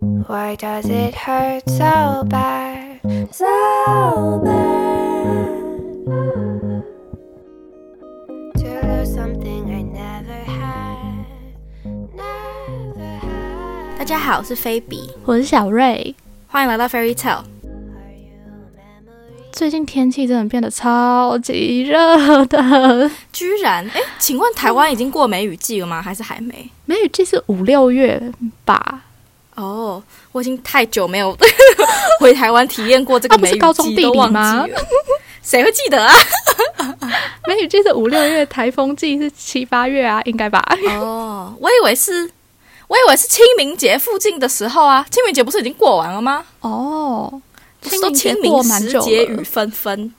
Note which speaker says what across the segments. Speaker 1: Why does it hurt so bad? So bad. To lose something I never had. Never
Speaker 2: 大
Speaker 1: had.
Speaker 2: 家好，我是菲比，
Speaker 3: 我是小瑞。
Speaker 2: 欢迎来到 Fairy Tale。
Speaker 1: Are you a memory?
Speaker 3: 最近天气真的变得超级热的，
Speaker 2: 居然，哎，请问台湾已经过梅雨季了吗？还是还没？
Speaker 3: 梅雨季是五六月吧？
Speaker 2: 哦、我已经太久没 有回台湾体验过这个
Speaker 3: 啊不
Speaker 2: 梅
Speaker 3: 是
Speaker 2: 雨季，
Speaker 3: 高中地
Speaker 2: 都
Speaker 3: 理
Speaker 2: 忘
Speaker 3: 吗
Speaker 2: 记了。谁会记得啊？
Speaker 3: 梅雨季是五六月，台风季是七八月啊，应该吧？
Speaker 2: 哦、我以为是，我以为是清明节附近的时候啊。清明节不是已经过完了吗？
Speaker 3: 哦，
Speaker 2: 不是都清
Speaker 3: 清明节
Speaker 2: 明
Speaker 3: 过蛮
Speaker 2: 时
Speaker 3: 久
Speaker 2: 节
Speaker 3: 了
Speaker 2: 雨纷纷，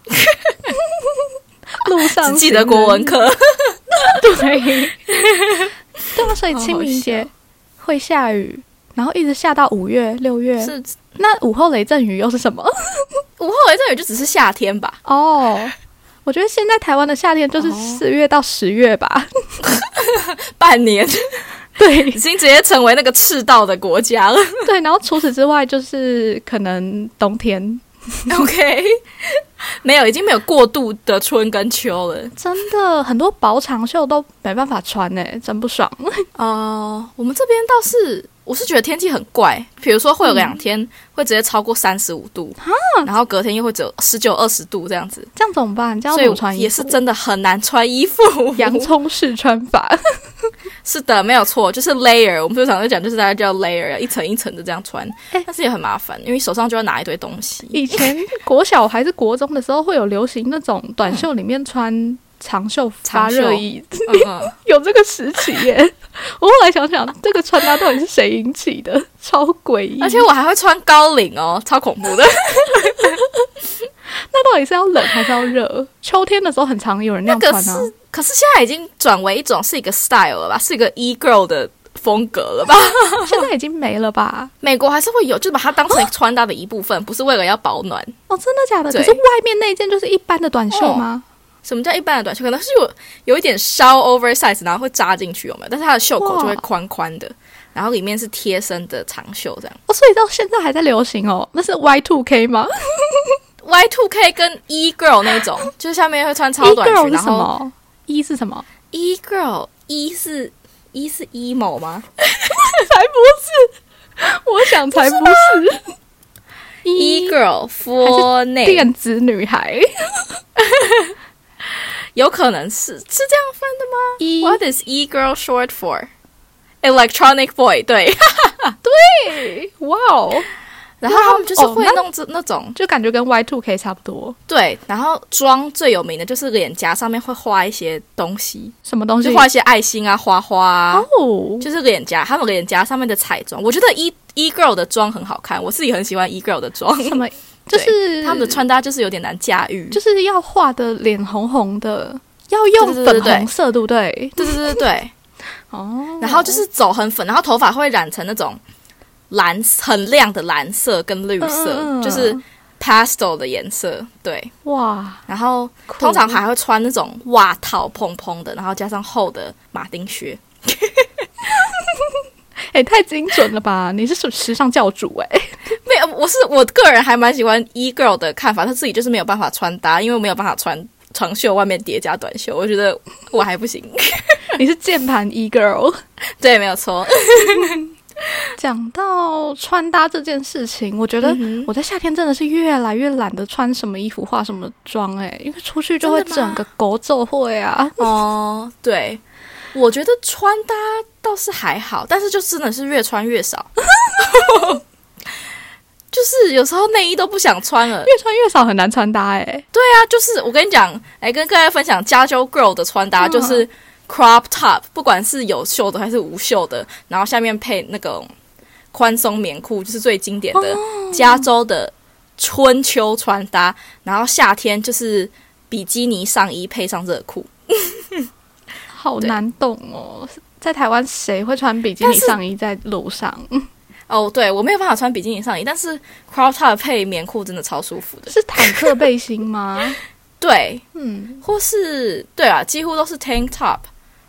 Speaker 3: 路上
Speaker 2: 只记得国文
Speaker 3: 课，
Speaker 2: 课。
Speaker 3: 对，对啊，所以
Speaker 2: 好好
Speaker 3: 清明节
Speaker 2: 笑
Speaker 3: 会下雨，然后一直下到五月、六月。
Speaker 2: 是
Speaker 3: 那午后雷阵雨又是什么？
Speaker 2: 午后雷阵雨就只是夏天吧？
Speaker 3: 哦， 我觉得现在台湾的夏天就是
Speaker 2: 哦
Speaker 3: 四月到十月吧。
Speaker 2: 半年
Speaker 3: 对
Speaker 2: 已经直接成为那个赤道的国家了。
Speaker 3: 对，然后除此之外就是可能冬天，
Speaker 2: OK，没有，已经没有过度的春跟秋了。
Speaker 3: 真的很多薄长袖都没办法穿哎、真不爽。
Speaker 2: 哦、我们这边倒是，我是觉得天气很怪，比如说会有两天会直接超过三十五度，然后隔天又会只有十九二十度这样子，
Speaker 3: 这样怎么办？这样
Speaker 2: 所
Speaker 3: 怎么
Speaker 2: 以
Speaker 3: 穿衣服？
Speaker 2: 也是真的很难穿衣 服。
Speaker 3: 洋葱式穿法。
Speaker 2: 是的，没有错，就是 layer，我们最常在讲就是大家叫 layer，一层一层的这样穿，
Speaker 3: 哎
Speaker 2: 但是也很麻烦，因为手上就要拿一堆东西。
Speaker 3: 以前国小还是国中的时候，会有流行那种短袖里面穿 长袖发热衣，
Speaker 2: 嗯嗯，
Speaker 3: 有这个时期耶。 我后来想想，这个穿搭到底是谁引起的？ 超诡 异！
Speaker 2: 而且我还会穿高领哦，超恐怖的。
Speaker 3: 那到底是要冷还是要热？秋天的时候很常有人那样
Speaker 2: 那
Speaker 3: 穿
Speaker 2: 个
Speaker 3: 啊。
Speaker 2: 可是现在已经转为一种是一个 style 了吧，是一个 e girl 的风格了 吧？
Speaker 3: 现在已经没了吧？
Speaker 2: 美国还是会有，就是把它当成穿搭的一部分，不是为了要保暖。
Speaker 3: 哦，真的假的？
Speaker 2: 对哦
Speaker 3: 可是外面那件就是一般的短袖吗？
Speaker 2: 什么叫一般的短袖？可能是有有一点稍 oversize，然后会扎进去，有没有？但是它的袖口就会
Speaker 3: 哇
Speaker 2: 宽宽的，然后里面是贴身的长袖这样。
Speaker 3: 哦，所以到现在还在流行哦。那是 Y two K 吗
Speaker 2: Y two K 跟 E girl 那 种，就是下面会穿超
Speaker 3: ？E
Speaker 2: 短裙，
Speaker 3: girl 是
Speaker 2: 然
Speaker 3: 什
Speaker 2: 后
Speaker 3: 么？E 是什么？
Speaker 2: E girl 一是一是 emo 吗？
Speaker 3: 才不是，我想才不是。
Speaker 2: e girl for
Speaker 3: 还
Speaker 2: 内
Speaker 3: 电子女孩
Speaker 2: 有可能是是这样分的吗？
Speaker 3: ，E
Speaker 2: What is e girl short for? Electronic boy，对，
Speaker 3: 对，哇哦，
Speaker 2: 然后他们就是
Speaker 3: 哦
Speaker 2: 会
Speaker 3: 那
Speaker 2: 弄这那种
Speaker 3: 就感觉跟 Y two K 差不多。
Speaker 2: 对，然后妆最有名的就是脸颊上面会画一些东西，
Speaker 3: 什么东西
Speaker 2: 就？画一些爱心啊、花花啊，
Speaker 3: 哦，
Speaker 2: 就是脸颊，他们脸颊上面的彩妆，我觉得 e e girl 的妆很好看，我自己很喜欢 e girl 的妆，
Speaker 3: 什么？就是
Speaker 2: 他们的穿搭就是有点难驾驭，
Speaker 3: 就是要画的脸红红的，要用
Speaker 2: 对对对对
Speaker 3: 粉
Speaker 2: 对
Speaker 3: 红色，对不对？
Speaker 2: 对对对对对，
Speaker 3: 哦，
Speaker 2: 然后就是走很粉，然后头发会染成那种蓝很亮的蓝色跟绿色，
Speaker 3: 嗯嗯嗯
Speaker 2: 就是 pastel 的颜色，对。
Speaker 3: 哇，
Speaker 2: 然后
Speaker 3: 酷
Speaker 2: 通常还会穿那种袜套蓬蓬的，然后加上厚的马丁靴。
Speaker 3: 哎、太精准了吧！你是时时尚教主哎、
Speaker 2: 没有，我是我个人还蛮喜欢 e girl 的看法，她自己就是没有办法穿搭，因为没有办法穿长袖外面叠加短袖，我觉得我还不行。
Speaker 3: 你是键盘 e girl。
Speaker 2: 对，没有错。
Speaker 3: 讲到穿搭这件事情，我觉得
Speaker 2: 嗯哼
Speaker 3: 我在夏天真的是越来越懒得穿什么衣服、化什么妆哎、因为出去就会
Speaker 2: 真的吗
Speaker 3: 整个狗走会啊。
Speaker 2: 哦，对，我觉得穿搭倒是还好，但是就真的是越穿越少， 就是有时候内衣都不想穿了。
Speaker 3: 越穿越少，很难穿搭哎、
Speaker 2: 那就是我跟你讲，来跟各位分享加州 girl 的穿搭，
Speaker 3: 嗯
Speaker 2: 就是 crop top，不管是有袖的还是无袖的，然后下面配那种宽松棉裤，就是最经典的加州的春秋穿搭。然后夏天就是比基尼上衣配上热裤，
Speaker 3: 好
Speaker 2: 对
Speaker 3: 难懂哦。在台湾谁会穿比基尼
Speaker 2: 但是
Speaker 3: 上衣在路上？
Speaker 2: 哦，对我没有办法穿比基尼上衣，但是 crop top 配棉裤真的超舒服的。
Speaker 3: 是坦克背心 吗？
Speaker 2: 对，
Speaker 3: 嗯，
Speaker 2: 或是对啊，几乎都是 tank top。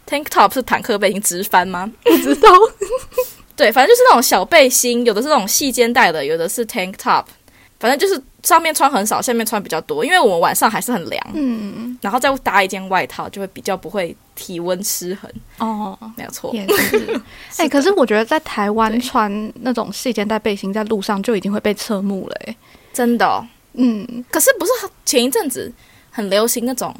Speaker 2: tank top 是坦克背心直翻吗？
Speaker 3: 不知道。
Speaker 2: 对，反正就是那种小背心，有的是那种细肩带的，有的是 tank top，反正就是上面穿很少，下面穿比较多，因为我们晚上还是很凉，
Speaker 3: 嗯，
Speaker 2: 然后再搭一件外套，就会比较不会体温失衡，
Speaker 3: 哦，
Speaker 2: 没有错。
Speaker 3: 也 是。哎、可是我觉得在台湾
Speaker 2: 对
Speaker 3: 穿那种细肩带背心在路上就已经会被侧目了、哎，
Speaker 2: 真的哦、
Speaker 3: 嗯，
Speaker 2: 可是不是前一阵子很流行那种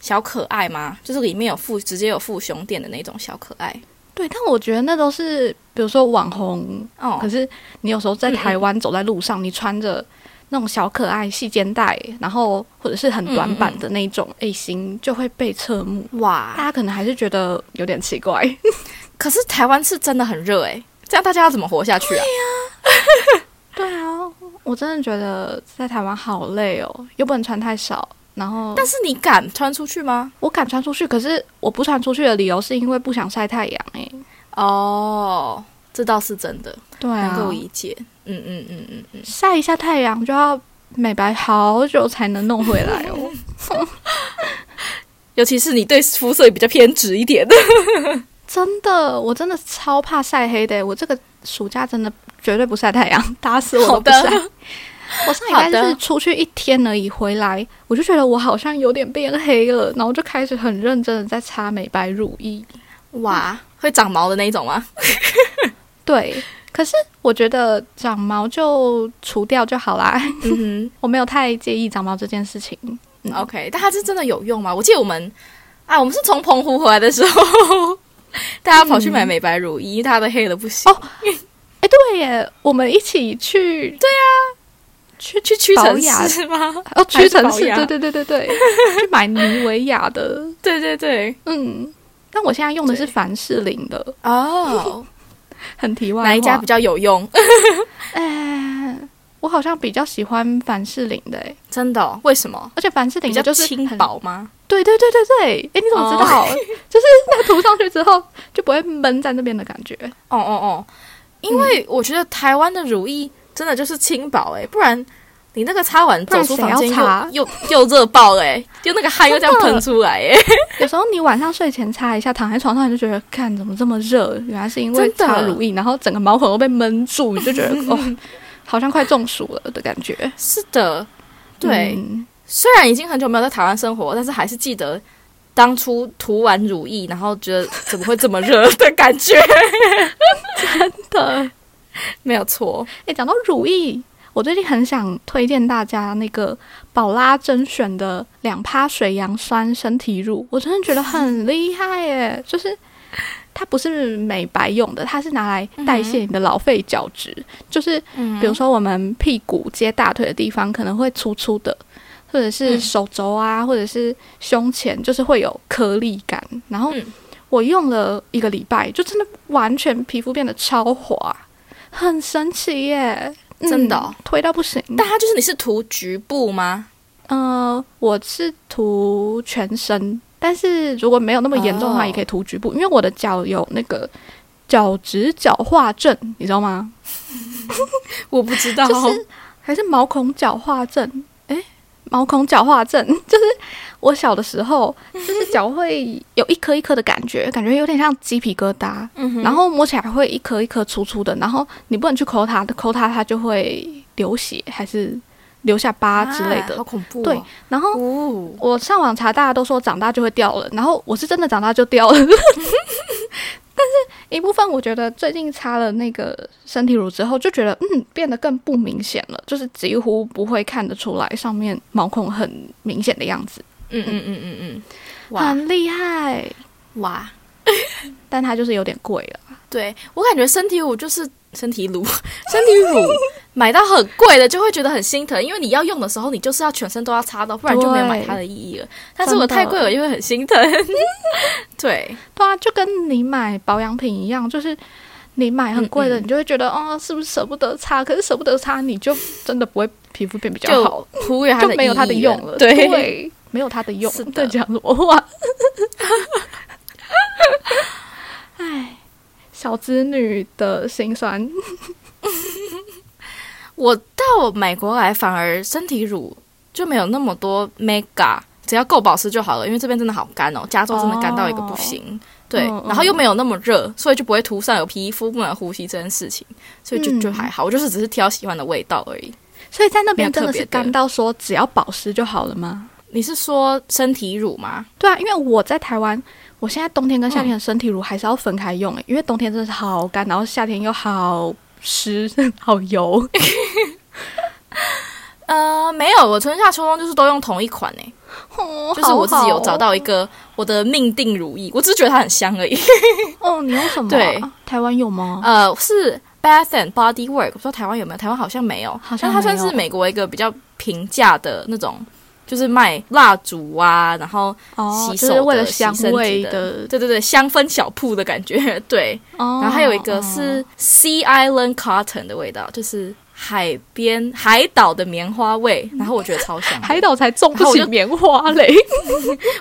Speaker 2: 小可爱吗？就是里面有附直接有附胸垫的那种小可爱
Speaker 3: 对，但我觉得那都是比如说网红，
Speaker 2: 哦
Speaker 3: 可，是你有时候在
Speaker 2: 嗯嗯
Speaker 3: 台湾走在路上，你穿着。那种小可爱细肩带，然后或者是很
Speaker 2: 嗯
Speaker 3: 短版的那种背心，就会被侧目。大
Speaker 2: 哇！
Speaker 3: 家可能还是觉得有点 奇怪。
Speaker 2: 可是台湾是真的很热诶、欸这样大家要怎么活下去啊？
Speaker 3: 对啊，我真的觉得在台湾好累哦，又不能穿太少。然后，
Speaker 2: 但是你敢穿出去吗？
Speaker 3: 我敢穿出去，可是我不穿出去的理由是因为不想晒太阳哎、
Speaker 2: 哦，这倒是真的，
Speaker 3: 对
Speaker 2: 能
Speaker 3: 啊
Speaker 2: 够，理解。嗯嗯嗯嗯嗯，
Speaker 3: 晒一下太阳就要美白好久才能弄回来 哦。
Speaker 2: 尤其是你对肤色比较偏执一点的，
Speaker 3: 真的，我真的超怕晒黑的欸、我这个暑假真的绝对不晒 太阳，打死我都不
Speaker 2: 好的
Speaker 3: 晒。我上礼拜就
Speaker 2: 好
Speaker 3: 是
Speaker 2: 的
Speaker 3: 出去一天而已，回来我就觉得我好像有点变黑了，然后就开始很认真的在擦美白乳液。
Speaker 2: 哇， 会长毛的那一种吗？
Speaker 3: 对，可是我觉得长毛就除掉就好啦，
Speaker 2: 嗯
Speaker 3: 我没有太介意长毛这件事情。嗯
Speaker 2: 哼，OK，但它是真的有用吗？我记得我们啊，我们是从澎湖回来的时候， 大家跑去买美白乳液，因为它的黑的不行。
Speaker 3: 哦哎，对耶，我们一起去，对啊，去
Speaker 2: 去屈臣
Speaker 3: 保养
Speaker 2: 氏是吗？
Speaker 3: 哦屈臣氏，
Speaker 2: 还是保养
Speaker 3: 对对对对对，去买妮维雅的，
Speaker 2: 对对对，
Speaker 3: 嗯。但我现在用的是
Speaker 2: 对
Speaker 3: 凡士林的，
Speaker 2: 哦，
Speaker 3: 很题外话。
Speaker 2: 哪一家比较有用？
Speaker 3: 哎，我好像比较喜欢凡士林的，哎，
Speaker 2: 真的哦？为什么？
Speaker 3: 而且凡士
Speaker 2: 比
Speaker 3: 林
Speaker 2: 较
Speaker 3: 的就是
Speaker 2: 轻
Speaker 3: 很
Speaker 2: 薄哦吗？
Speaker 3: 对对对对对，哎，你怎么知 道？就是那涂上去之后就不会闷在那边的感觉。
Speaker 2: 哦哦哦，因为我觉得台湾的乳液真的就是轻薄哎、不然你那个擦完
Speaker 3: 不然
Speaker 2: 走出
Speaker 3: 谁要
Speaker 2: 房间
Speaker 3: 擦
Speaker 2: 又又又热爆了哎、就那个汗又这样喷出来哎、
Speaker 3: 有时候你晚上睡前擦一下，躺在床上你就觉得，看怎么这么热，原来是因为
Speaker 2: 真的
Speaker 3: 擦乳液，然后整个毛孔都被闷住，你 就觉得哦，好像快中暑了的感觉。
Speaker 2: 是的，对，
Speaker 3: 嗯
Speaker 2: 虽然已经很久没有在台湾生活，但是还是记得。当初涂完乳液，然后觉得怎么会这么热的感觉，
Speaker 3: 的。哎、
Speaker 2: 没有错
Speaker 3: 讲到乳液，我最近很想推荐大家那个宝拉甄选的两趴水杨酸身体乳，我真的觉得很厉害耶，就是。它不是美白用的，它是拿来代
Speaker 2: 嗯
Speaker 3: 谢你的老废角质，就是比如说我们屁股接大腿的地方可能会粗粗的，或者是
Speaker 2: 嗯
Speaker 3: 手肘啊，或者是胸前，就是会有颗粒感。然后
Speaker 2: 嗯
Speaker 3: 我用了一个礼拜，就真的完全皮肤变得超滑，很神奇耶！嗯
Speaker 2: 真的哦
Speaker 3: 推到不行。
Speaker 2: 但它就是你是涂局部吗？
Speaker 3: 呃，我是涂全身，但是如果没有那么严重的话，
Speaker 2: 哦
Speaker 3: 也可以涂局部，因为我的脚有那个角质角化症，你知道吗？
Speaker 2: 我不知道，
Speaker 3: 就是还是毛孔角化症？诶，毛孔角化症 就是我小的时候， 就是脚会有一颗一颗的感觉，感觉有点像鸡皮疙瘩，
Speaker 2: 嗯哼
Speaker 3: 然后摸起来会一颗一颗粗粗的，然后你不能去抠它，抠它它就会流血，还是留下疤之类
Speaker 2: 啊
Speaker 3: 的。
Speaker 2: 好恐怖、哦。
Speaker 3: 对，然后
Speaker 2: 哦，
Speaker 3: 我上网查，大家都说长大就会掉了，然后我是真的长大就掉了。 但是一部分我觉得最近擦了那个身体乳之后，就觉得嗯变得更不明显了，就是几乎不会看得出来上面毛孔很明显的样子，
Speaker 2: 嗯嗯嗯嗯嗯，哇
Speaker 3: 很厉害。
Speaker 2: 哇，
Speaker 3: 但它就是有点贵了，
Speaker 2: 对我感觉身体乳就是身体乳， 身体乳买到很贵的就会觉得很心疼，因为你要用的时候你就是要全身都要擦到，不然就没有买它的意义了。但是我
Speaker 3: 真的
Speaker 2: 太贵了就会很心疼。对，
Speaker 3: 对啊，就跟你买保养品一样，就是。你买很贵
Speaker 2: 嗯
Speaker 3: 的，
Speaker 2: 嗯
Speaker 3: 你就会觉得哦，是不是舍不得擦？可是舍不得擦，你就真的不会皮肤变比较好
Speaker 2: 就。忽略它
Speaker 3: 就
Speaker 2: 的
Speaker 3: 没有它的
Speaker 2: 意义
Speaker 3: 用了，
Speaker 2: 对，
Speaker 3: 没有它的用
Speaker 2: 是，的
Speaker 3: 在讲什么话？ 哎，小资女的心酸，
Speaker 2: 我到美国来反而身体乳就没有那么多 mega，只要够保湿就好了，因为这边真的好干哦，加州真的干到一个不行。对，
Speaker 3: 嗯
Speaker 2: 然后又没有那么热，所以就不会涂上有皮肤不能呼吸这件事情，所以就、
Speaker 3: 嗯
Speaker 2: 就还好。我就是只是挑喜欢的味道而已。
Speaker 3: 所以在那边
Speaker 2: 没有
Speaker 3: 真
Speaker 2: 特
Speaker 3: 的
Speaker 2: 别
Speaker 3: 是
Speaker 2: 的
Speaker 3: 干到说只要保湿就好了吗？
Speaker 2: 你是说身体乳吗？
Speaker 3: 对啊，因为我在台湾，我现在冬天跟夏天的身体乳还是要分开用、欸，因为冬天真的是好干，然后夏天又好湿、 好油。
Speaker 2: 呃，没有，我春夏秋冬就是都用同一款诶、
Speaker 3: 哦
Speaker 2: 就是我自己有找到一个我的命定如意，我只是觉得它很香而已。
Speaker 3: 哦，你用什么、啊？
Speaker 2: 对，
Speaker 3: 台湾有吗？
Speaker 2: 呃，是 Bath and Body Work，我不知道台湾有没有，台湾好像没有，
Speaker 3: 好
Speaker 2: 但
Speaker 3: 像
Speaker 2: 它算
Speaker 3: 没有
Speaker 2: 是美国一个比较平价的那种，就是卖蜡烛啊，然后
Speaker 3: 哦，
Speaker 2: 洗手
Speaker 3: 就是
Speaker 2: 的
Speaker 3: 为了香味
Speaker 2: 洗身对对对，香氛小铺的感觉， 对。
Speaker 3: 哦，
Speaker 2: 然后还有一个是 Sea Island Cotton 的味道，就是海边海岛的棉花味，然后我觉得超香的，
Speaker 3: 海岛才种不
Speaker 2: 然后我
Speaker 3: 起
Speaker 2: 就
Speaker 3: 棉花嘞。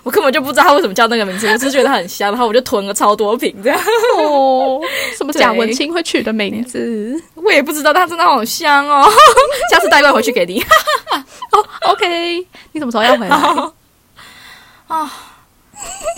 Speaker 2: 我根本就不知道它为什么叫那个名字，我只是觉得它很香，然后我就囤了超多瓶这样，
Speaker 3: 哦，什么贾
Speaker 2: 对
Speaker 3: 文清会取的名字
Speaker 2: 我也不知道它真的好香哦， 下次带罐回去给你。
Speaker 3: ？OK，你什么时候要 回来？
Speaker 2: 啊，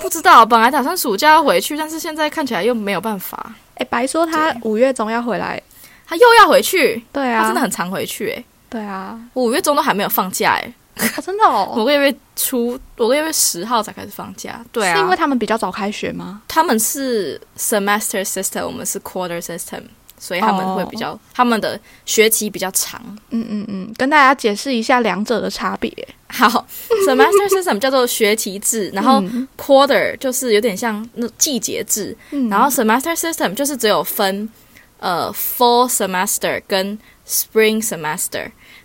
Speaker 2: 不知道，本来打算暑假要回去，但是现在看起来又没有办法。
Speaker 3: 哎、白说他五月中要回来，
Speaker 2: 他又要回去，
Speaker 3: 对啊，
Speaker 2: 他真的很常回去、欸，诶，
Speaker 3: 对 啊，
Speaker 2: 我五月中都还没有放假、欸，
Speaker 3: 啊真的哦，
Speaker 2: 我个月初，我个月十号才开始放假。对啊，
Speaker 3: 是因为他们比较早开学吗？
Speaker 2: 他们是 semester system，我们是 quarter system，所以他们会比较
Speaker 3: 哦
Speaker 2: 他们的学期比较长。
Speaker 3: 嗯嗯嗯，跟大家解释一下两者的差别。
Speaker 2: 好，semester system 叫做学期制，然后 quarter 就是有点像那季节制，
Speaker 3: 嗯
Speaker 2: 然后 semester system 就是只有分呃 fall semester 跟 spring semester，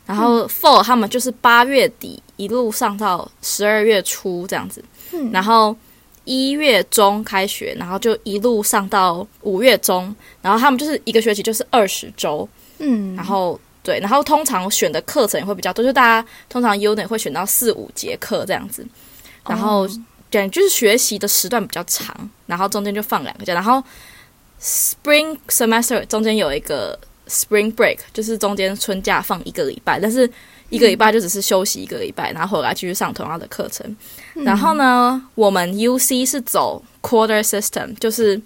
Speaker 2: 然
Speaker 3: 嗯
Speaker 2: 后 fall 他们就是八月底一路上到十二月初这样子，
Speaker 3: 嗯
Speaker 2: 然后一月中开学，然后就一路上到五月中，然后他们就是一个学期就是二十周，
Speaker 3: 嗯，
Speaker 2: 然后对，然后通常选的课程也会比较多，就大家通常 unit 会选到四五节课这样子，然后
Speaker 3: 哦
Speaker 2: 对，就是学习的时段比较长，然后中间就放两个假，然后 spring semester 中间有一个 spring break，就是中间春假放一个礼拜，但是一个礼拜就只是休息一个礼拜，然后回来继续上同样的课程。然后呢，我们 UC 是走 quarter system，就是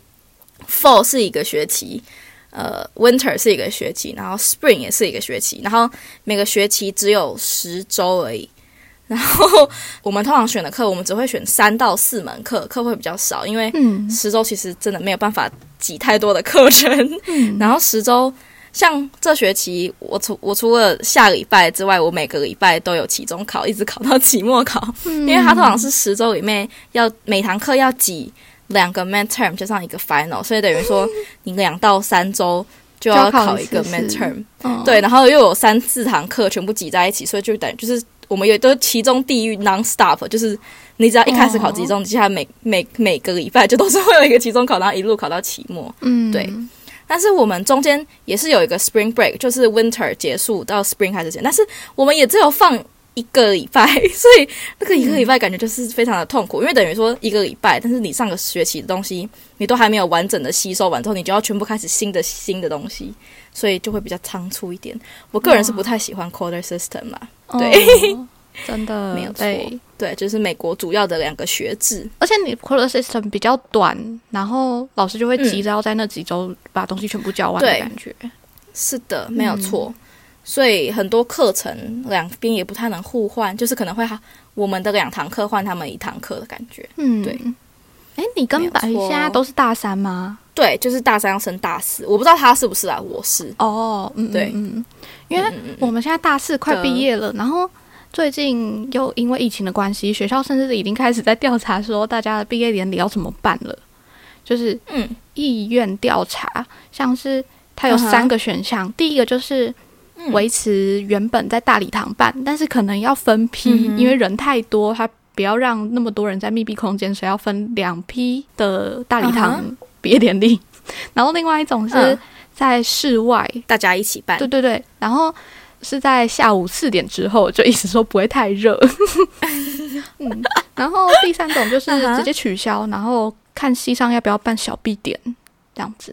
Speaker 2: fall 是一个学期，呃，winter 是一个学期，然后 spring 也是一个学期，然后每个学期只有十周而已。然后 我们通常选的课，我们只会选三到四门课，课会比较少，因为
Speaker 3: 嗯
Speaker 2: 十周其实真的没有办法挤太多的课程。
Speaker 3: 嗯，
Speaker 2: 然后十周，像这学期我除我除了下礼拜之外，我每个礼拜都有期中考，一直考到期末考。
Speaker 3: 嗯
Speaker 2: 因为它通常是十周里面要每堂课要挤两个 midterm 加上一个 final，所以等于说你两到三周就
Speaker 3: 嗯就
Speaker 2: 要
Speaker 3: 要考
Speaker 2: 考
Speaker 3: 一
Speaker 2: 一个
Speaker 3: 次试
Speaker 2: midterm，
Speaker 3: 嗯
Speaker 2: 对，，然后又有三四堂课全部挤在一起，所以就等于就是我们有都其中地狱 non stop，就是你只要一开
Speaker 3: 哦
Speaker 2: 始考集中，你接下来每每每个礼拜就都是会有一个期中考，然后一路考到期末。
Speaker 3: 嗯
Speaker 2: 对但是我们中间也是有一个 spring break，就是 winter 结束到 spring 开始前，但是我们也只有放一个礼拜，所以那个一个礼拜感觉就是非常的痛苦，因为等于说一个礼拜，但是你上个学期的东西你都还没有完整的吸收完之后，你就要全部开始新的新的东西，所以就会比较仓促一点。我个人是不太喜欢 quarter system 啦，对
Speaker 3: 哦 真的
Speaker 2: 没有错
Speaker 3: 对，
Speaker 2: 对，就是美国主要的两个学制，
Speaker 3: 而且你 quarter system 比较短，然后老师就会急着要在那几周把东西全部教完的
Speaker 2: 对
Speaker 3: 感觉。
Speaker 2: 是的，没有错。所以很多课程两边也不太能互换，就是可能会哈我们的两堂课换他们一堂课的感觉。
Speaker 3: 嗯，
Speaker 2: 对。
Speaker 3: 哎，你跟白
Speaker 2: 没有错
Speaker 3: 现在都是大三吗？
Speaker 2: 对，就是大三要升大四，我不知道他是不是啊，我是。
Speaker 3: 哦，嗯，
Speaker 2: 对
Speaker 3: 嗯，嗯因为
Speaker 2: 嗯嗯嗯
Speaker 3: 我们现在大四快
Speaker 2: 的
Speaker 3: 毕业了，然后最近又因为疫情的关系，学校甚至已经开始在调查说大家的毕业典礼要怎么办了，就是
Speaker 2: 嗯
Speaker 3: 意愿调查，像是它有
Speaker 2: 嗯哼
Speaker 3: 三个选项，第一个就是
Speaker 2: 嗯
Speaker 3: 维持原本在大礼堂办，但是可能要分批，
Speaker 2: 嗯哼
Speaker 3: 因为人太多，它不要让那么多人在密闭空间，所以要分两批的大礼堂
Speaker 2: 嗯
Speaker 3: 毕业典礼。然后另外一种是
Speaker 2: 嗯
Speaker 3: 在室外，
Speaker 2: 大家一起办
Speaker 3: 对，对对，然后是在下午四点之后，就一直说不会太 热。嗯，然后第三种就是
Speaker 2: 嗯哼
Speaker 3: 直接取消，然后看西上要不要办小 B 点这样子。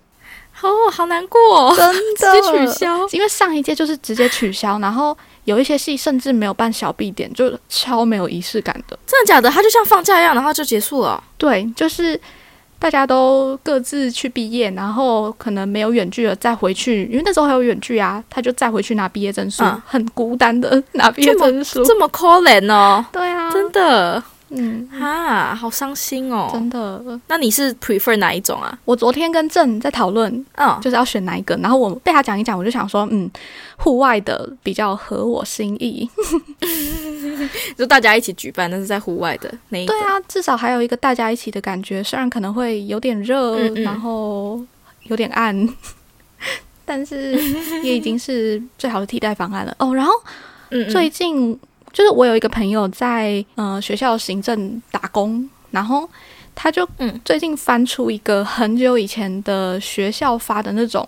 Speaker 2: 好、哦，好难过、哦， 直接取消。
Speaker 3: 因为上一届就是直接取消，然后有一些系甚至没有办小 B 点，就超没有仪式感的。
Speaker 2: 真的假的？他就像放假一样，然后就结束了哦。
Speaker 3: 对，就是。大家都各自去毕业，然后可能没有远距了，再回去，因为那时候还有远距啊，他就再回去拿毕业证书，
Speaker 2: 嗯
Speaker 3: 很孤单的拿毕业
Speaker 2: 这么
Speaker 3: 证书。
Speaker 2: 这么可怜哦，
Speaker 3: 对啊，
Speaker 2: 真的
Speaker 3: 嗯，
Speaker 2: 啊，好伤心哦。
Speaker 3: 真的。
Speaker 2: 那你是 prefer 哪一种啊？
Speaker 3: 我昨天跟郑在讨论，
Speaker 2: 嗯，
Speaker 3: 就是要选哪一个，然后我被他讲一讲，我就想说，嗯，户外的比较合我心意。
Speaker 2: 就大家一起举办，但是在户外的那一个
Speaker 3: 对。啊，至少还有一个大家一起的感觉，虽然可能会有点热，
Speaker 2: 嗯嗯
Speaker 3: 然后有点暗， 但是也已经是最好的替代方案了。 哦，然后
Speaker 2: 嗯，
Speaker 3: 最近、就是我有一个朋友在呃学校行政打工，然后他就
Speaker 2: 嗯
Speaker 3: 最近翻出一个很久以前的学校发的那种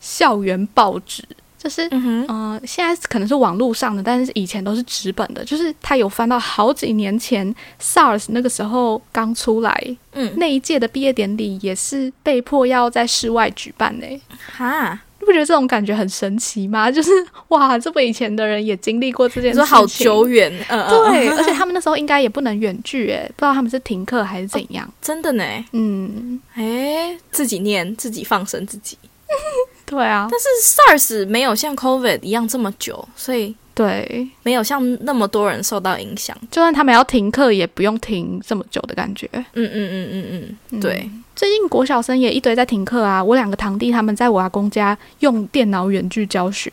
Speaker 3: 校园报纸，就是
Speaker 2: 嗯哼，
Speaker 3: 呃，现在可能是网络上的，但是以前都是纸本的。就是他有翻到好几年前 SARS 那个时候刚出来
Speaker 2: 嗯，
Speaker 3: 那一届的毕业典礼，也是被迫要在室外举办呢、
Speaker 2: 哈，
Speaker 3: 你不觉得这种感觉很神奇吗？就是哇，这么以前的人也经历过这件
Speaker 2: 你
Speaker 3: 事
Speaker 2: 说
Speaker 3: 情，
Speaker 2: 好久远，嗯，嗯
Speaker 3: 对，
Speaker 2: 嗯
Speaker 3: 而且他们那时候应该也不能远距、诶，不知道他们是停课还是怎样。
Speaker 2: 真的呢，
Speaker 3: 嗯，
Speaker 2: 哎，自己念，自己放生自己。
Speaker 3: 对啊，
Speaker 2: 但是 SARS 没有像 COVID 一样这么久，所以
Speaker 3: 对，
Speaker 2: 没有像那么多人受到影响。
Speaker 3: 就算他们要停课，也不用停这么久的感觉。
Speaker 2: 嗯嗯嗯嗯嗯，对，
Speaker 3: 最近国小生也一堆在停课啊，我两个堂弟他们在我阿公家用电脑远距教学。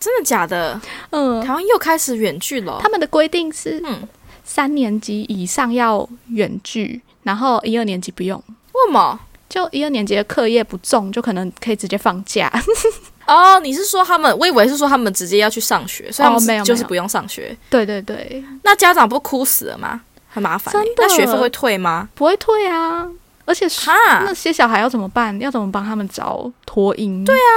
Speaker 2: 真的假的？
Speaker 3: 嗯
Speaker 2: 台，湾又开始远距了哦。
Speaker 3: 他们的规定是
Speaker 2: 嗯，
Speaker 3: 三年级以上要远距，然后一二年级不用。
Speaker 2: 为什么？
Speaker 3: 就一二年级的课业不重，就可能可以直接放假。
Speaker 2: 哦，你是说他们？我以为是说他们直接要去上学，所以他们
Speaker 3: 哦
Speaker 2: 是
Speaker 3: 没有
Speaker 2: 就是
Speaker 3: 没有
Speaker 2: 不用上学。
Speaker 3: 对对对，
Speaker 2: 那家长不哭死了吗？很麻烦欸、
Speaker 3: 真的
Speaker 2: 那学费会退吗？
Speaker 3: 不会退啊。而且是
Speaker 2: 哈
Speaker 3: 那，些小孩要怎么办？要怎么帮他们找托婴？对啊，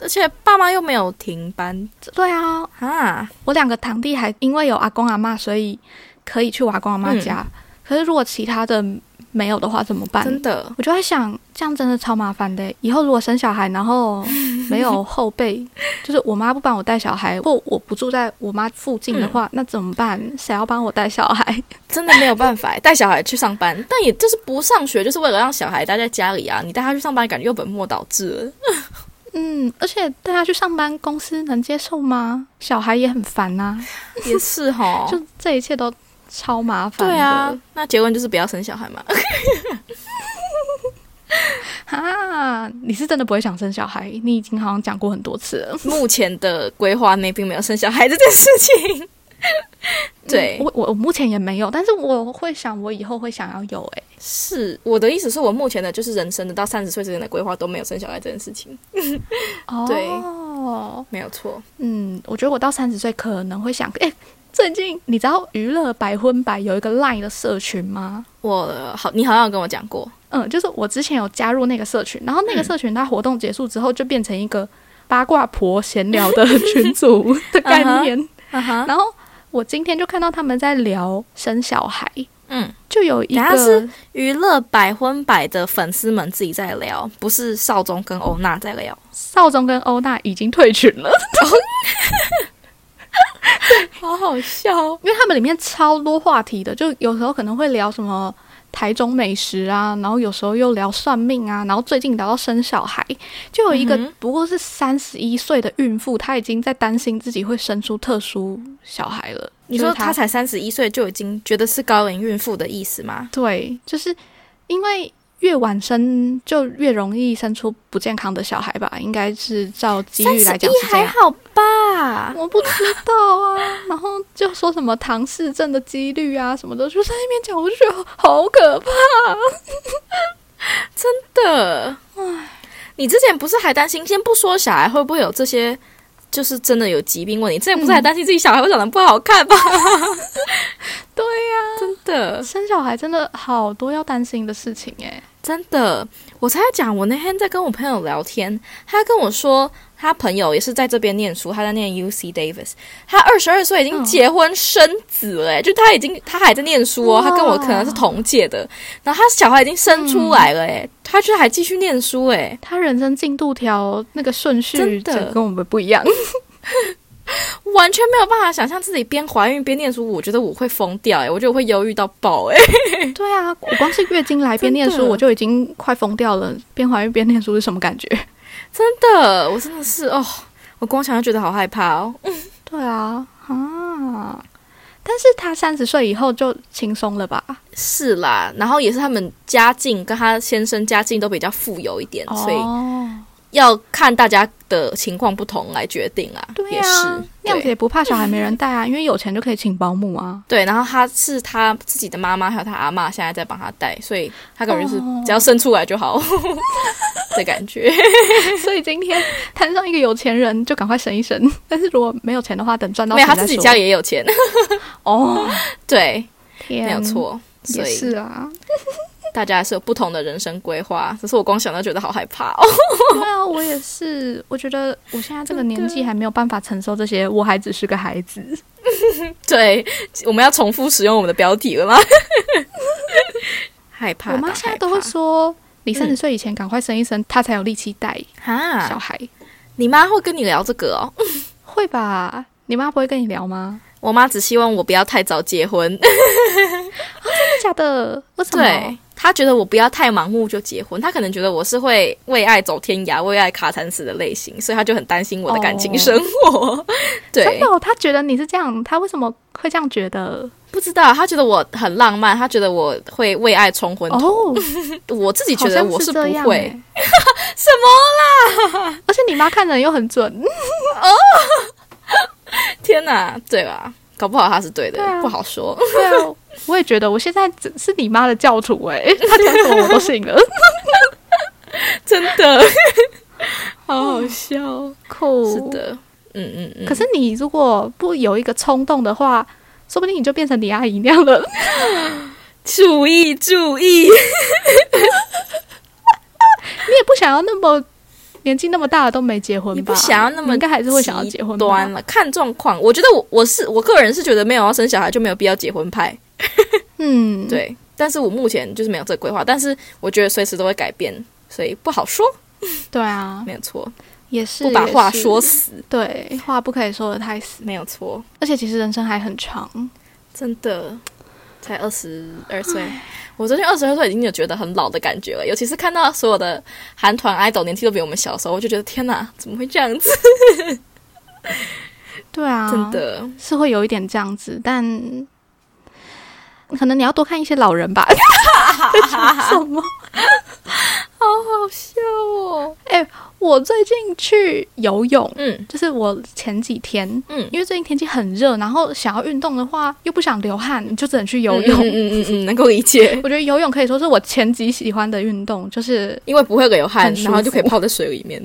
Speaker 2: 而且爸妈又没有停班
Speaker 3: 对啊。
Speaker 2: 哈，
Speaker 3: 我两个堂弟还因为有阿公阿妈，所以可以去我阿公阿妈家。可是如果其他的没有的话，怎么办？
Speaker 2: 真的。
Speaker 3: 我就在想，这样真的超麻烦的。以后如果生小孩，然后没有后辈，就是我妈不帮我带小孩，或我不住在我妈附近的
Speaker 2: 嗯
Speaker 3: 话，那怎么办？谁要帮我带小孩？
Speaker 2: 真的没有办法欸带小孩去上班，但也就是不上学，就是为了让小孩待在家里啊。你带他去上班，感觉又本末倒置了。
Speaker 3: 嗯，而且带她去上班，公司能接受吗？小孩也很烦呐、
Speaker 2: 也是哈，
Speaker 3: 就这一切都超麻烦的。
Speaker 2: 哦对啊。那结婚就是不要生小孩嘛。
Speaker 3: 啊，你是真的不会想生小孩？你已经好像讲过很多次了。
Speaker 2: 目前的规划内并没有生小孩这件事 情。对，
Speaker 3: 嗯我我我目前也没有，但是我会想，我以后会想要有、欸。哎，
Speaker 2: 是我的意思，是我目前的就是人生的到三十岁之前的规划都没有生小孩这件事情，对
Speaker 3: 哦，
Speaker 2: 没有错。
Speaker 3: 嗯，我觉得我到三十岁可能会想，哎、最近你知道娱乐百分百有一个 LINE 的社群吗？
Speaker 2: 我好，你好像有跟我讲过，
Speaker 3: 嗯，就是我之前有加入那个社群，然后
Speaker 2: 嗯
Speaker 3: 那个社群它活动结束之后就变成一个八卦婆闲聊的 群组的概念。
Speaker 2: 嗯哼，
Speaker 3: 然后我今天就看到他们在聊生小孩，
Speaker 2: 嗯，
Speaker 3: 就有一
Speaker 2: 等下
Speaker 3: 个
Speaker 2: 是娱乐百分百的粉丝们自己在聊，不是少宗跟欧娜在聊，
Speaker 3: 少宗跟欧娜已经退群了，
Speaker 2: 好好笑、哦。
Speaker 3: 因为他们里面超多话题的，就有时候可能会聊什么台中美食啊，然后有时候又聊算命啊，然后最近聊到生小孩，就有一个
Speaker 2: 嗯哼
Speaker 3: 不过是三十一岁的孕妇，她已经在担心自己会生出特殊小孩了。
Speaker 2: 你
Speaker 3: 就
Speaker 2: 说
Speaker 3: 是她
Speaker 2: 她才三十一岁就已经觉得是高龄孕妇的意思吗？
Speaker 3: 对，就是因为越晚生就越容易生出不健康的小孩吧？应该是照几率来讲是这样。
Speaker 2: 好吧？
Speaker 3: 我不知道啊，然后就说什么唐氏症的几率啊什么的，就在那边讲，我就觉得好可怕。
Speaker 2: 的，你之前不是还担心？先不说小孩会不会有这些，就是真的有疾病问题，之前不
Speaker 3: 嗯
Speaker 2: 是还担心自己小孩会长得不好看吗？
Speaker 3: 对
Speaker 2: 真的，
Speaker 3: 生小孩真的好多要担心的事情哎、
Speaker 2: 真的，我才讲，我那天在跟我朋友聊天，他跟我说，他朋友也是在这边念书，他在念 UC Davis，他二十二岁已经
Speaker 3: 嗯
Speaker 2: 结婚生子了、欸，就他已经他还在念书哦，
Speaker 3: 哇
Speaker 2: 他跟我可能是同届的，然后他小孩已经生出来了、欸，他居然还继续念书、欸，
Speaker 3: 他人生进度条那个顺序
Speaker 2: 真的
Speaker 3: 整个跟我们不一样，
Speaker 2: 完全没有办法想象自己边怀孕边念书，我觉得我会疯掉哎、我觉得我会忧郁到爆哎、
Speaker 3: 对啊，我光是月经来边念
Speaker 2: 真
Speaker 3: 书，
Speaker 2: 的
Speaker 3: 我就已经快疯掉了。边怀孕边念书是什么感觉？
Speaker 2: 真的，我真的是哦，我光想就觉得好害怕哦。
Speaker 3: 对啊，啊！但是他三十岁以后就轻松了吧？
Speaker 2: 是啦，然后也是他们家境跟他先生家境都比较富有一点，所以
Speaker 3: 哦，
Speaker 2: 要看大家的情况不同来决定啊。
Speaker 3: 对
Speaker 2: 也是
Speaker 3: 啊，那样子
Speaker 2: 对
Speaker 3: 也不怕小孩没人带啊，因为有钱就可以请保姆啊。
Speaker 2: 对，然后他是他自己的妈妈还有他阿妈现在在帮他带，所以他感觉就是
Speaker 3: 哦
Speaker 2: 只要生出来就好 的感觉。
Speaker 3: 所以今天摊上一个有钱人，就赶快省一 省。但是如果没有钱的话，等赚到
Speaker 2: 没有，
Speaker 3: 钱
Speaker 2: 他
Speaker 3: 再
Speaker 2: 自己
Speaker 3: 说
Speaker 2: 家里也有钱，
Speaker 3: 哦，
Speaker 2: 对，
Speaker 3: 天，
Speaker 2: 没有，错。
Speaker 3: 也
Speaker 2: 所以
Speaker 3: 是 啊。
Speaker 2: 大家还是有不同的人生规划，只是我光想到觉得好害怕哦。
Speaker 3: 对啊，我也是。我觉得我现在这个年纪
Speaker 2: 真的
Speaker 3: 还没有办法承受这些，我还只是个孩子。
Speaker 2: 对，我们要重复使用我们的标题了吗？ 害怕到害怕，
Speaker 3: 我妈现在都会说，你三
Speaker 2: 嗯
Speaker 3: 十
Speaker 2: 啊
Speaker 3: 岁以前赶快生一生，她才有力气带小
Speaker 2: 哈，
Speaker 3: 孩，
Speaker 2: 你妈会跟你聊这个哦。
Speaker 3: 会吧？你妈不会跟你聊吗？
Speaker 2: 我妈只希望我不要太早结婚，
Speaker 3: 真的假的？为什么
Speaker 2: 对？她觉得我不要太盲目就结婚，她可能觉得我是会为爱走天涯、为爱卡惨死的类型，所以她就很担心我的感情生活。
Speaker 3: 真
Speaker 2: 对
Speaker 3: 的，哦，她觉得你是这样，她为什么会这样觉得？
Speaker 2: 不知道她觉得我很浪漫，她觉得我会为爱冲昏头。
Speaker 3: 哦，
Speaker 2: 我自己觉
Speaker 3: 好
Speaker 2: 得
Speaker 3: 像
Speaker 2: 我
Speaker 3: 是
Speaker 2: 不
Speaker 3: 这样
Speaker 2: 会，
Speaker 3: 欸而且你妈看人又很准，
Speaker 2: 天哪，对吧？搞不好她是对的，
Speaker 3: 对啊
Speaker 2: 不好 说。
Speaker 3: 对啊，我也觉得我现在只是你妈的教徒哎、 她讲什么我都信了，
Speaker 2: 真 的，好好笑。
Speaker 3: 酷
Speaker 2: 是，的，嗯嗯嗯。
Speaker 3: 可是你如果不有一个冲动的话，说不定你就变成李阿姨那样了。
Speaker 2: 注意注意，
Speaker 3: 你也不想要那么年纪那么大了都没结婚吧？
Speaker 2: 你不想要那
Speaker 3: 你
Speaker 2: 么
Speaker 3: 应该还是会想要结婚
Speaker 2: 极
Speaker 3: 吧
Speaker 2: 端了，看状况。我觉得我我是我个人是觉得没有要生小孩就没有必要结婚派，
Speaker 3: 嗯，，
Speaker 2: 对。但是我目前就是没有这个规划，但是我觉得随时都会改变，所以不好说。
Speaker 3: 对啊，
Speaker 2: 没有错，
Speaker 3: 也是
Speaker 2: 不把话
Speaker 3: 也是
Speaker 2: 说死，
Speaker 3: 对，话不可以说的太死，
Speaker 2: 没有错，
Speaker 3: 而且其实人生还很长。
Speaker 2: 真的。才二十二岁，我昨天二十二岁已经有觉得很老的感觉了，尤其是看到所有的韩团 idol 年纪都比我们小的时候，我就觉得天哪，怎么会这样子？
Speaker 3: 对啊，
Speaker 2: 真的，
Speaker 3: 是会有一点这样子，但可能你要多看一些 老人吧。 什么？
Speaker 2: 好好笑哦。
Speaker 3: 我最近去游泳，
Speaker 2: 嗯
Speaker 3: 就是我前几天。
Speaker 2: 嗯，
Speaker 3: 因为最近天气很热，然后想要运动的话又不想流汗，你就只能去游泳。
Speaker 2: 嗯嗯嗯嗯嗯，能够理解，
Speaker 3: 我觉得游泳可以说是我前几喜欢的运动，就是
Speaker 2: 因为不会有汗
Speaker 3: 很，舒服
Speaker 2: 然后就可以泡在水里面。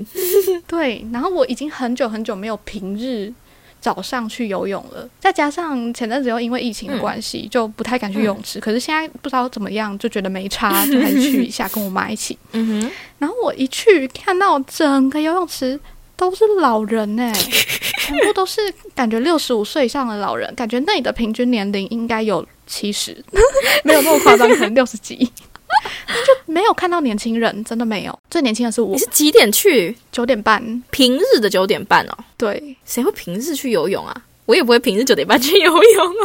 Speaker 3: 对。然后我已经很久很久没有平日早上去游泳了，再加上前阵子又因为疫情的关
Speaker 2: 嗯
Speaker 3: 系，就不太敢去游泳池。可是现在不知道怎么样，就觉得没差，就还是去一下，跟我妈一起。
Speaker 2: 嗯哼，
Speaker 3: 然后我一去看到整个游泳池都是老人 哎、全部都是感觉六十五岁以上的老人，感觉那里的平均年龄应该有七十， 没有那么夸张，可能六十几。但就没有看到年轻人，真的没有。最年轻的是我
Speaker 2: 你，是几点去？
Speaker 3: 九点半。
Speaker 2: 平日的九点半哦。
Speaker 3: 对，
Speaker 2: 谁会平日去游泳啊？我也不会平日九点半去游泳啊。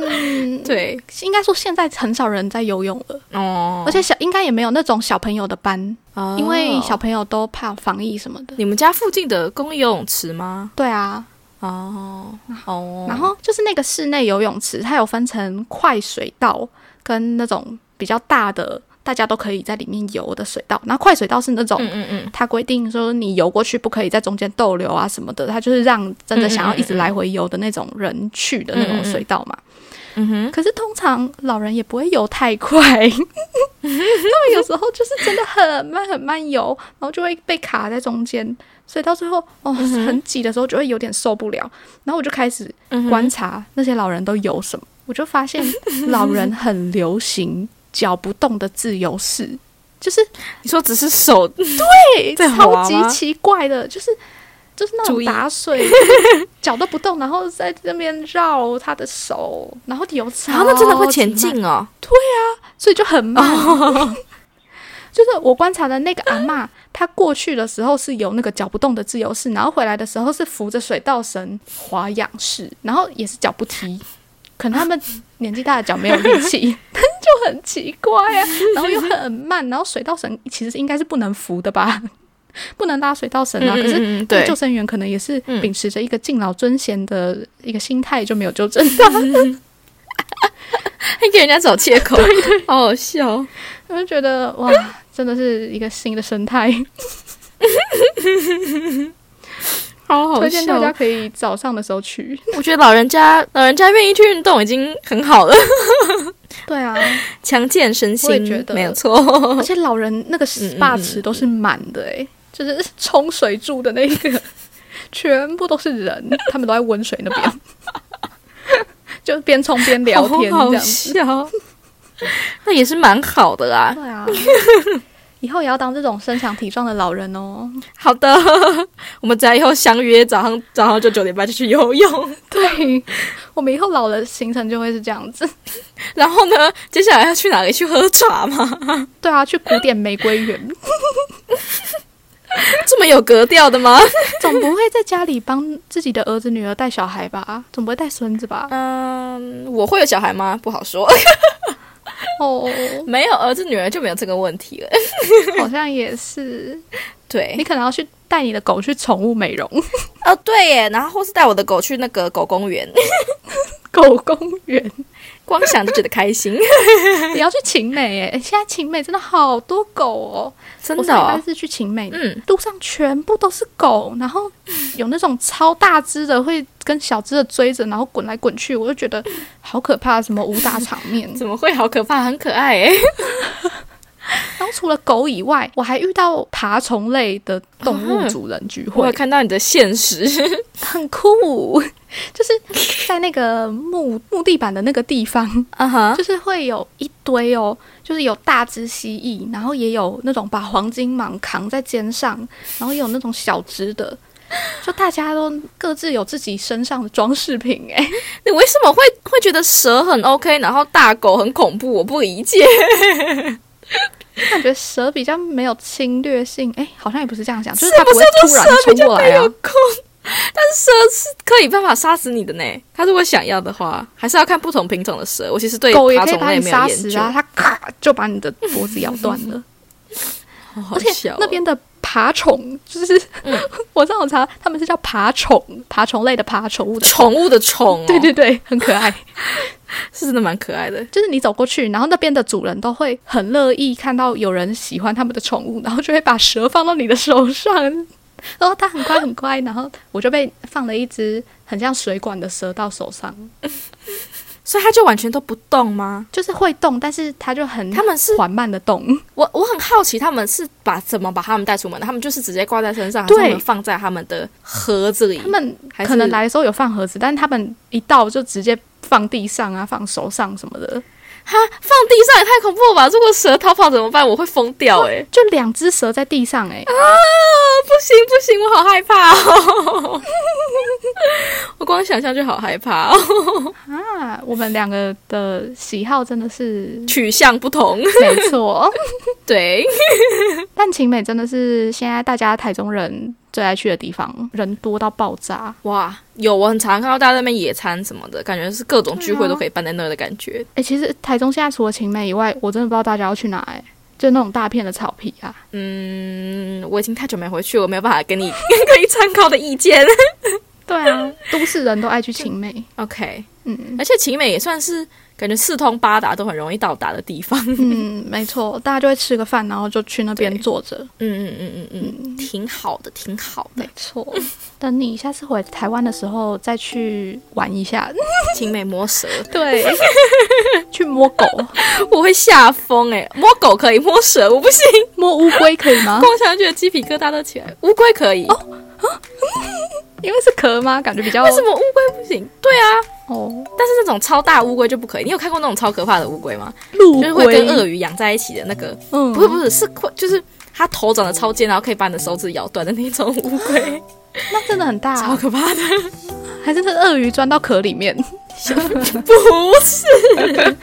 Speaker 3: 嗯，
Speaker 2: 对，
Speaker 3: 应该说现在很少人在游泳了，
Speaker 2: 哦
Speaker 3: 而且小应该也没有那种小朋友的班，
Speaker 2: 哦
Speaker 3: 因为小朋友都怕防疫什么的。
Speaker 2: 你们家附近的公立游泳池吗？
Speaker 3: 对啊，
Speaker 2: 哦哦，
Speaker 3: 然后就是那个室内游泳池，它有分成快水道跟那种比较大的，大家都可以在里面游的水道。然后快水道是那种，
Speaker 2: 嗯嗯嗯，
Speaker 3: 它规定说你游过去不可以在中间逗留啊什么的，它就是让真的想要一直来回游的那种人去的那种水道嘛。
Speaker 2: 嗯哼，
Speaker 3: 可是通常老人也不会游太快， 他们有时候就是真的很慢很慢游，然后就会被卡在中间，所以到最后
Speaker 2: 嗯
Speaker 3: 哦很挤的时候就会有点受不了。然后我就开始
Speaker 2: 嗯哼
Speaker 3: 观察那些老人都游什么，我就发 现老人很流行脚不动的自由式，就是
Speaker 2: 你说只是手，
Speaker 3: 哦 对
Speaker 2: 在
Speaker 3: 超
Speaker 2: 滑
Speaker 3: 级
Speaker 2: 吗
Speaker 3: 奇怪的，就是就是那
Speaker 2: 注
Speaker 3: 种
Speaker 2: 意
Speaker 3: 打水就是脚都不动，然后在那边绕他的手，然后游超
Speaker 2: 然后那真的会前
Speaker 3: 级慢，
Speaker 2: 进哦。
Speaker 3: 所以就很慢。就是我观察的那个阿嬷，她过去的时候是游那个脚不动的自由式，然后回来的时候是扶着水稻绳划仰式，然后也是脚不踢，可能他们年纪大的脚没有力 气，但就很奇怪啊，然后又很慢，然后水稻绳其实是应该是不能扶的吧， 不能拉水稻绳啊，可是
Speaker 2: 嗯嗯嗯
Speaker 3: 那
Speaker 2: 对
Speaker 3: 救，生员可能也是
Speaker 2: 嗯
Speaker 3: 秉持着一个敬老尊贤的一个心态，就没有 纠正他。
Speaker 2: 还给人家找借口，好好笑。
Speaker 3: 我就觉得哇，真的是一个新的生态，
Speaker 2: 好好
Speaker 3: 推荐大家
Speaker 2: 笑！
Speaker 3: 可以早上的时候去。
Speaker 2: 我觉得老人家老人家愿意去运动已经很好了，
Speaker 3: 对啊，
Speaker 2: 强健身心，
Speaker 3: 我也觉得
Speaker 2: 没有错
Speaker 3: 而。且老人那个
Speaker 2: 嗯嗯
Speaker 3: SPA
Speaker 2: 嗯嗯
Speaker 3: 池都是满的诶、就是 冲水柱的那个，全部都是人，他们都在温水那边， 就边冲边聊天
Speaker 2: 好
Speaker 3: 这
Speaker 2: 好
Speaker 3: 样 子。
Speaker 2: 笑。那也是蛮好的啦。
Speaker 3: 对啊，以后也要当这种身强体壮的老人哦。
Speaker 2: 好的， 我们再以后相约早上早上就九点半就去游泳，
Speaker 3: 对，我们以后老了行程就会是这样子。
Speaker 2: 然后呢，接下来要去哪里去喝茶吗？
Speaker 3: 对啊，去古典玫瑰园，
Speaker 2: 这么有格调的吗？
Speaker 3: 总不会在家里帮自己的儿子女儿带小孩吧？总不会带孙子吧？
Speaker 2: 嗯，我会有小孩吗？不好说，
Speaker 3: 哦，
Speaker 2: 没有儿子女儿就没有这个问题了。
Speaker 3: 好像也是，你
Speaker 2: 对，
Speaker 3: 可能要去带你的狗去宠 物美容
Speaker 2: 哦对耶，然后或是带我的狗去那个狗公园，
Speaker 3: 狗公园，
Speaker 2: 光想就觉得开心，
Speaker 3: 也要去晴美诶。现在晴美真的好多狗哦，
Speaker 2: 真
Speaker 3: 我
Speaker 2: 的
Speaker 3: 上礼
Speaker 2: 哦、
Speaker 3: 拜是去晴美，
Speaker 2: 嗯，
Speaker 3: 路上全部都是狗，然后有那种超大只的会跟小只的追着，然后滚来滚去，我就觉 得好可怕，什么武打场面。
Speaker 2: 怎么会？好可怕，很可爱哎。
Speaker 3: 然后除了狗以外，我还遇到爬虫类的动物主人聚
Speaker 2: 我
Speaker 3: 会
Speaker 2: 有，看到你的现实，
Speaker 3: 很酷。 就是在那个木木地板的那个地方，
Speaker 2: 啊哈，
Speaker 3: 就是会有一堆哦，就是有大只蜥蜴，然后也有那种把黄金蟒扛在肩上，然后也有那种小只的， 就大家都各自有自己身上的装饰品哎。
Speaker 2: 你为什么会会觉得蛇很 OK，然后大狗很恐怖？我不理解。
Speaker 3: 感觉蛇比较没有侵略性，哎、好像也不是这样讲，就是它不
Speaker 2: 不
Speaker 3: 会
Speaker 2: 是就
Speaker 3: 突然
Speaker 2: 蛇比
Speaker 3: 冲
Speaker 2: 较
Speaker 3: 过
Speaker 2: 没
Speaker 3: 来
Speaker 2: 有
Speaker 3: 啊。
Speaker 2: 空？但是蛇是可以办法杀死你的呢。它如果想要的话，还是要看不同品种的蛇。我其实对
Speaker 3: 狗也
Speaker 2: 爬
Speaker 3: 可以
Speaker 2: 虫
Speaker 3: 把
Speaker 2: 类
Speaker 3: 你
Speaker 2: 没有
Speaker 3: 杀
Speaker 2: 研
Speaker 3: 死
Speaker 2: 究，
Speaker 3: 啊，它咔就把你的脖子咬断了。
Speaker 2: 好好
Speaker 3: 而且
Speaker 2: 笑哦。
Speaker 3: 那边的爬虫就是，
Speaker 2: 嗯
Speaker 3: 我上网查，他们是叫爬虫，爬虫类的爬，宠物的。
Speaker 2: 宠物的 宠、哦，
Speaker 3: 对，对对，很可爱。
Speaker 2: 是真的蛮可爱的。
Speaker 3: 就是你走过去，然后那边的主人都会很乐意看到有人喜欢他们的宠物，然后就会把蛇放到你的手上，然后它很乖很乖，然后我就被放了一只很像水管的蛇到手上，
Speaker 2: 所以它就完全都不动吗？
Speaker 3: 就是会动，但是它就很
Speaker 2: 他们是
Speaker 3: 缓慢的动。
Speaker 2: 我我很好奇，他们是把怎么把它们带出门的？他们就是直接挂在身上，还
Speaker 3: 对
Speaker 2: 是他们放在他们的盒子里？
Speaker 3: 他们
Speaker 2: 还
Speaker 3: 可能
Speaker 2: 是
Speaker 3: 来的时候有放盒子，但是他们一到就直接放地上啊，放手上什么的。
Speaker 2: 哈放地上也太恐怖了吧！如果蛇逃跑怎么办？我会疯掉哎、
Speaker 3: 就两只蛇在地上、欸，
Speaker 2: 啊，不行不行，我好害怕哦！ 我光想象就好害怕哦，
Speaker 3: 啊，我们两个的喜好真的是
Speaker 2: 取向不 同，
Speaker 3: 没错。
Speaker 2: 对，
Speaker 3: 但晴美真的是现在大家台中人最爱去的地方，人多到爆炸。
Speaker 2: 哇，有我很常看到大家在那边野餐什么的，感觉是各种聚会都可以办在那儿的感觉。
Speaker 3: 哎、其实台中现在除了晴美以外，我真的不知道大家要去哪、欸，就那种大片的草皮啊。
Speaker 2: 嗯，我已经太久没回去，我没有办法给你 可以参考的意见。
Speaker 3: 对啊，都市人都爱去晴美。
Speaker 2: OK，
Speaker 3: 嗯
Speaker 2: 而且晴美也算是感觉四通八达都很容易到达的地方。
Speaker 3: 嗯，没错，大家就会吃个饭，然后就去那边
Speaker 2: 对
Speaker 3: 坐着。
Speaker 2: 嗯嗯嗯嗯嗯，
Speaker 3: 嗯，
Speaker 2: 挺好的，挺好的
Speaker 3: 没。错。等你下次回台湾的时候再去玩一下。
Speaker 2: 晴美摸蛇，
Speaker 3: 对， 去摸狗、
Speaker 2: 我会吓疯哎！摸狗可以，摸蛇我不行。
Speaker 3: 摸乌龟可 以吗？
Speaker 2: 光想就觉得鸡皮疙瘩都起来。乌龟可以，
Speaker 3: 因为是壳吗？感觉比较
Speaker 2: 哦为什么乌龟不行？对啊，
Speaker 3: 哦，
Speaker 2: 但是那种超大乌龟就不可以。你有看过那种超可怕的乌龟吗？
Speaker 3: 陆
Speaker 2: 就是会跟鳄鱼养在一起的那个，
Speaker 3: 嗯，
Speaker 2: 不是不是是会就是它头长得超尖，然后可以把你的手指咬断的那种乌龟，
Speaker 3: 那真的很大、
Speaker 2: 超可怕的。啊
Speaker 3: 还是那鳄鱼钻 到壳里面？
Speaker 2: 不是，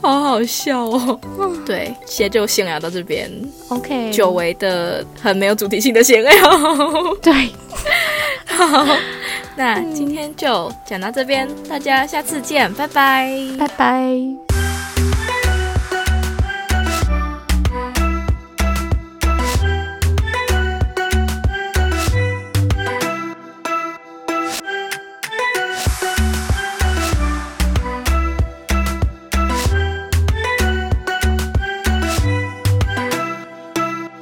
Speaker 2: 好好笑哦。对，先就闲聊到这边，
Speaker 3: OK，
Speaker 2: 久违的很没有主题性的闲聊。
Speaker 3: 对，
Speaker 2: 那今天就讲到这边，大家下次见，拜拜。
Speaker 3: 拜拜。